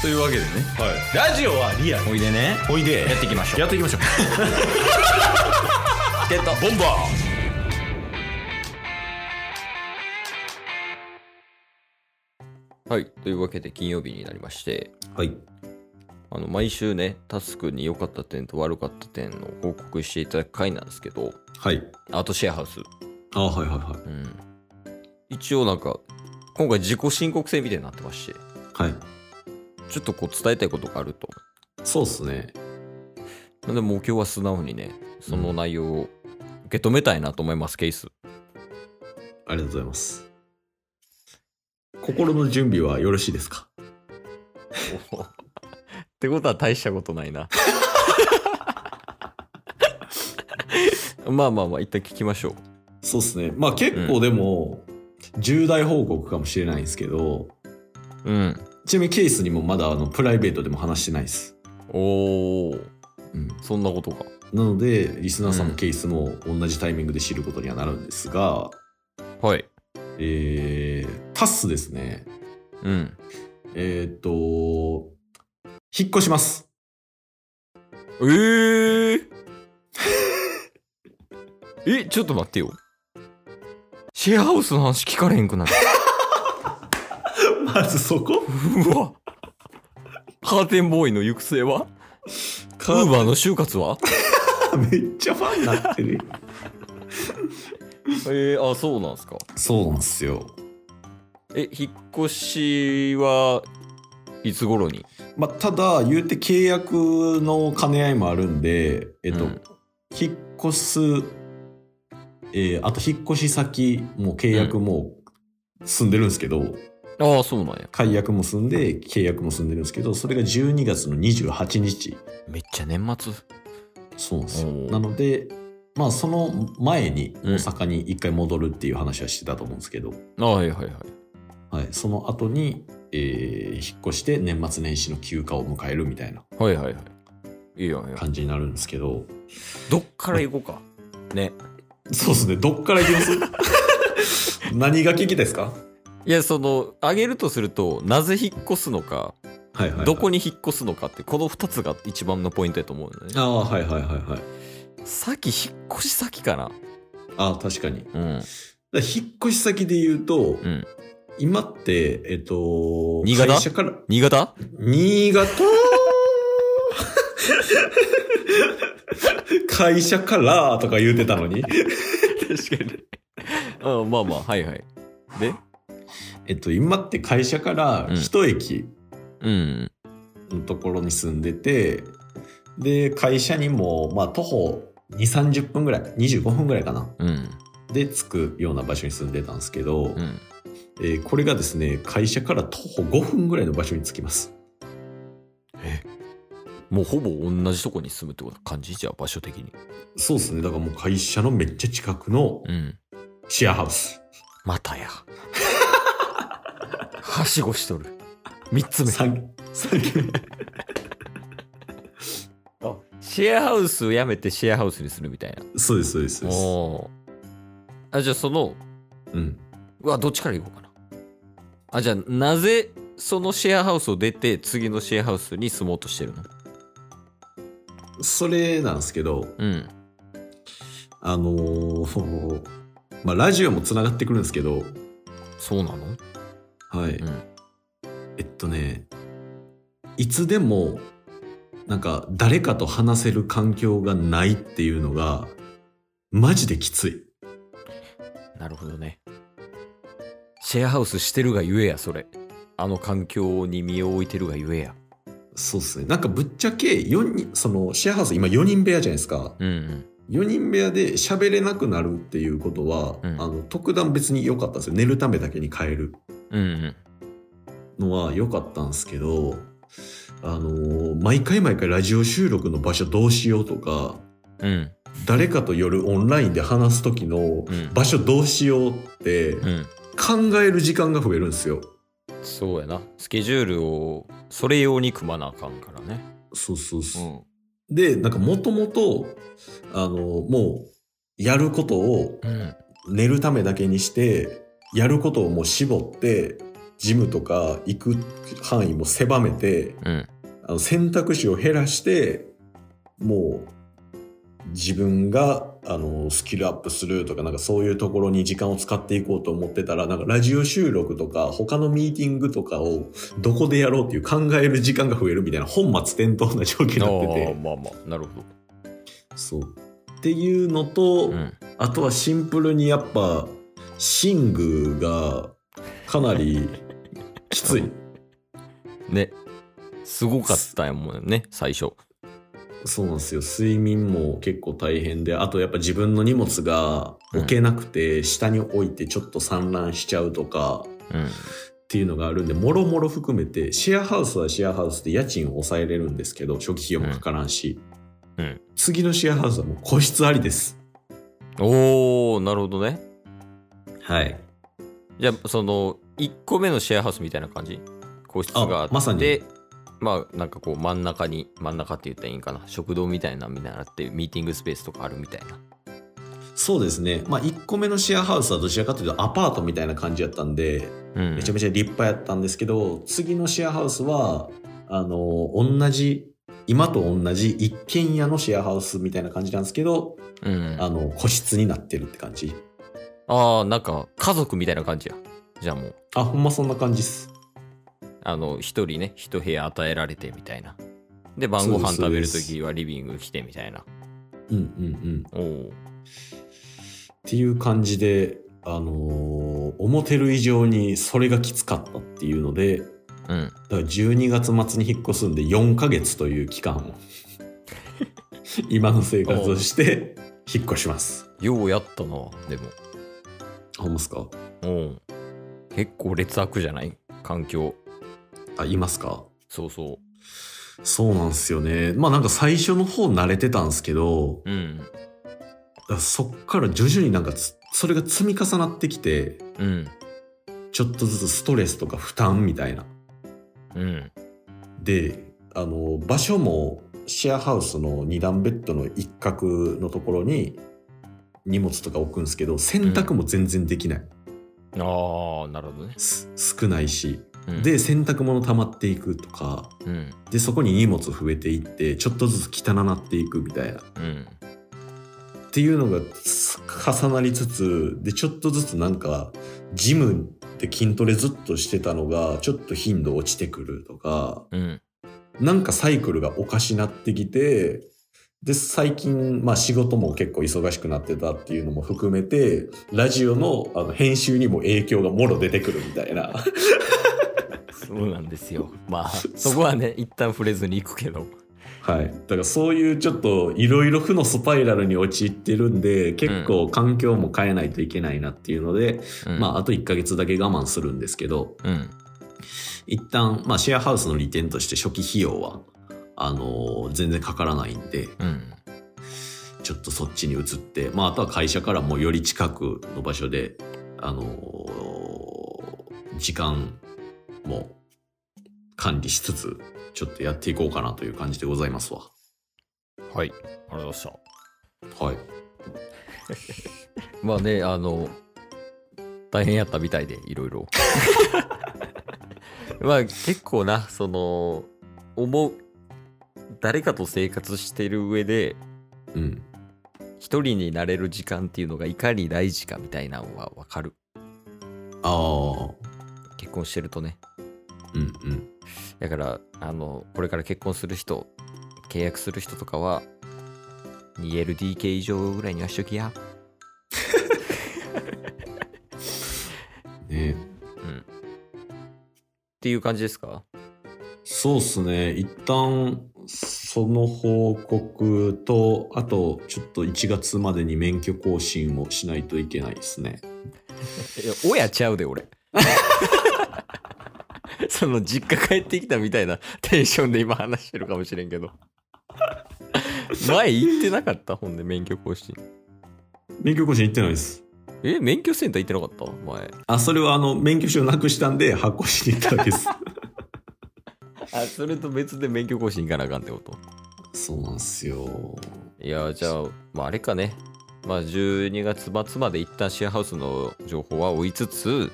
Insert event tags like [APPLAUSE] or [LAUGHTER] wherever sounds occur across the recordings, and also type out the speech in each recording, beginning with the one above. というわけでねはい、ラジオはリアルおいでねおいでやっていきましょうやって [LAUGHS] いきましょうってたボンバはいというわけで金曜日になりましてーはいあの毎週ねタスクに良かった点と悪かった点の報告していただく回なんですけどはいアートシェアハウスあはいはいはいうん一応なんか今回自己申告制みたいになってましてはいちょっとこう伝えたいことがあるとそうっすねなんでもう今日は素直にねその内容を受け止めたいなと思いますケースありがとうございます心の準備はよろしいですかってことは大したことないなまあまあまあ一旦聞きましょうそうっすねまあ結構でも、重大報告かもしれないんですけどうんちなみにケースにもまだあのプライベートでも話してないです、おおうん、そんなことかなのでリスナーさんのケースも同じタイミングで知ることにはなるんですが、はいえー、タスですねうんえーっと引っ越しますえー、 [LAUGHS] えちょっと待ってよシェアハウスの話聞かれへんくなる [LAUGHS] まずそこうわカーテンボーイの行く末はウーバーの就活はめっちゃファンになってるえー、あそうなんすかそうなんですよえ引っ越しはいつ頃にまあ、ただ言うて契約の兼ね合いもあるんで、えっとうん引っ越す、えーあと引っ越し先も契約も済んでるんですけど、ああそうなんや解約も済んで契約も済んでるんですけどそれが12月の28日めっちゃ年末そうなんですよおーなのでまあその前にうん大阪に一回戻るっていう話はしてたと思うんですけど、あはいはいはいはい、その後に、えー引っ越して年末年始の休暇を迎えるみたいなはいはいはいいいやんいいやん感じになるんですけどどっから行こうかねそうですね。どっから行きます [LAUGHS] 何が聞きたいですかいやその挙げるとするとなぜ引っ越すのかはいはい、はい。どこに引っ越すのかってこの2つが一番のポイントやと思うんだねああ、はいはいはいはい。さっき引っ越し先かなああ、確かに。だかうんら引っ越し先で言うと、うん今って、えっと、新潟会社から、新 [LAUGHS] 潟新 [LAUGHS] 潟会社からとか言うてたのに。確かにうんまあまあはいはいでえっと、今って会社からうん一駅うんのところに住んでて、で、会社にも、まあ、徒歩2、30分ぐらい、25分ぐらいかな。うんで着くような場所に住んでたんですけど、うんえーこれがですね会社から徒歩5分ぐらいの場所に着きますもうほぼ同じとこに住むってこと感じじゃあ場所的にそうですねだからもう会社のめっちゃ近くのうんシェアハウス、またやはしごしとる3つ目三三軒 [LAUGHS] 目シェアハウスをやめてシェアハウスにするみたいなそうですそうですそうですおーあじゃあそのうんうわどっちから行こうかなあじゃあなぜそのシェアハウスを出て次のシェアハウスに住もうとしてるのそれなんですけどうんあのーまあラジオもつながってくるんですけどそうなのはい、うんえっとねいつでもなんか誰かと話せる環境がないっていうのがマジできついなるほどねシェアハウスしてるがゆえやそれあの環境に身を置いてるがゆえやそうですね。なんかぶっちゃけ4人、そのシェアハウス今4人部屋じゃないですか。うんうん4人部屋で喋れなくなるっていうことは、うんあの特段別に良かったんですよ。寝るためだけに変えるうんうんのは良かったんですけど、あのー毎回毎回ラジオ収録の場所どうしようとか、うん誰かと夜オンラインで話す時のうん場所どうしようってうん考える時間が増えるんですよ。そうやなスケジュールをそれ用に組まなあかんからねそうそうそう。んで、なんかもともと、あのーもう、やることをうん寝るためだけにしてやることをもう絞ってジムとか行く範囲も狭めてうん。あの選択肢を減らしてもう自分があのスキルアップするとかなんかそういうところに時間を使っていこうと思ってたらなんかラジオ収録とか他のミーティングとかをどこでやろうっていう考える時間が増えるみたいな本末転倒な状況にあなってーてまあまあ、なるほど。そうっていうのと、うん。あとはシンプルにやっぱシングがかなりき [LAUGHS] つい。ね。すごかったやもんね、最初。そうなんですよ睡眠も結構大変であとやっぱ自分の荷物が置けなくて、下に置いてちょっと散乱しちゃうとかうん。っていうのがあるんでもろもろ含めてシェアハウスはシェアハウスで家賃を抑えれるんですけど初期費用もかからんし、うんうん次のシェアハウスはもう個室ありですおー、なるほどね。はいじゃあ、その、1個目のシェアハウスみたいな感じ個室があっあて、まさにまあ、なんかこう、真ん中に、真ん中って言ったらいいんかな。食堂みたいな、みんなあって、ミーティングスペースとかあるみたいな。そうですねまあ1個目のシェアハウスはどちらかというとアパートみたいな感じやったんでうん。めちゃめちゃ立派やったんですけど、次のシェアハウスは、あの、同じ、今と同じ一軒家のシェアハウスみたいな感じなんですけど、うん、あの、個室になってるって感じ。ああ、なんか家族みたいな感じや。じゃあもう、あ、ほんまそんな感じっす。あの、一人ね、一部屋与えられてみたいな。で、晩ご飯そう食べでるすときはリビング来てみたいな。うんうんうん。っおおう。ていう感じで、あのー思ってる以上にそれがきつかったっていうので、うん。だから12月末に引っ越すんで4ヶ月という期間を、今の生活をして引っ越します。ようやったな、でも。ほんまっすかおう結構劣悪じゃない環境。あ、いますかそうそそうなんですよね。まあなんか最初の方慣れてたんですけど、う。うん。そっから徐々になんかつそれが積み重なってきて、うん。ちょっとずつストレスとか負担みたいな。うん。で、あの、場所もシェアハウスの2段ベッドの一角のところに荷物とか置くんですけど、洗濯も全然できない。ああ、なるほどね。す少ないし。うん、で、洗濯物溜まっていくとか、うん。で、そこに荷物増えていって、ちょっとずつ汚なっていくみたいな。うん。っていうのが重なりつつでちょっとずつなんかジムで筋トレずっとしてたのがちょっと頻度落ちてくるとかうん。なんかサイクルがおかしなってきてで最近、まあ、仕事も結構忙しくなってたっていうのも含めてラジオのあの編集にも影響がもろ出てくるみたいなそうなんです [LAUGHS] よ。まあ、そこはね、一旦触れずに行くけど。はい [LAUGHS] だからそういうちょっといろいろ負のスパイラルに陥ってるんで結構環境も変えないといけないなっていうので、うん、まあ、あと1ヶ月だけ我慢するんですけど、あ。うん。一旦、まあ、シェアハウスの利点として初期費用は、あのー全然かからないんで、うん。ちょっとそっちに移って、まあ、あとは会社からもより近くの場所で、あのー時間も管理しつつ、ちょっとやっていこうかなという感じでございますわ。はい。ありがとうございました。はい。まあね、あの、大変やったみたいで、いろいろ。まあ結構な、その、思う、誰かと生活してる上で、うん。一人になれる時間っていうのがいかに大事かみたいなのはわかる。ああ、結婚してるとね。うんうん。だから、あの、これから結婚する人、契約する人とかは、2LDK 以上ぐらいにはしときや。ねっていう感じですかそうっすね。一旦、その報告と、あと、ちょっと1月までに免許更新をしないといけないですね。いや親ちゃうで [LAUGHS] 俺その実家帰ってきたみたいなテンションで今話してるかもしれんけど前行ってなかったほんで免許更新免許更新行ってないです。え免許センター行ってなかった前あ、それはあの、免許証なくしたんで、発行しに行っただけです。あそれと別で免許更新行かなあかんってことそうなんすよ。いやじゃあ,、まああれかねまあ12月末まで一旦シェアハウスの情報は追いつつ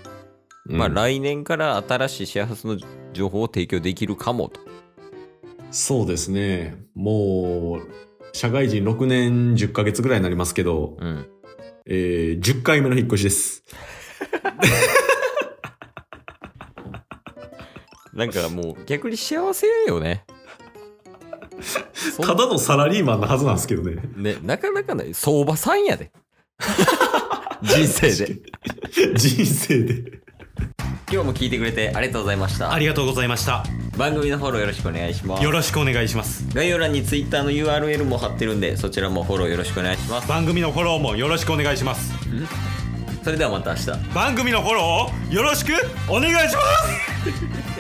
まあうん来年から新しいシェアハウスの情報を提供できるかもと。そうですね。もう、社会人6年10ヶ月ぐらいになりますけど、うん。えー10回目の引っ越しです。なんかもう逆に幸せよ [LAUGHS] ね。そんただのサラリーマンのはずなんですけどね。ね、なかなかない。相場さんやで。人生で。人生で。今日も聞いてくれてありがとうございました。ありがとうございました番組のフォローよろしくお願いしますよ。ろしくお願いします概要欄に Twitter の URL も貼ってるんで、そちらもフォローよろしくお願いします。番組のフォローもよろしくお願いしますそれではまた明日。番組のフォローをよろしくお願いします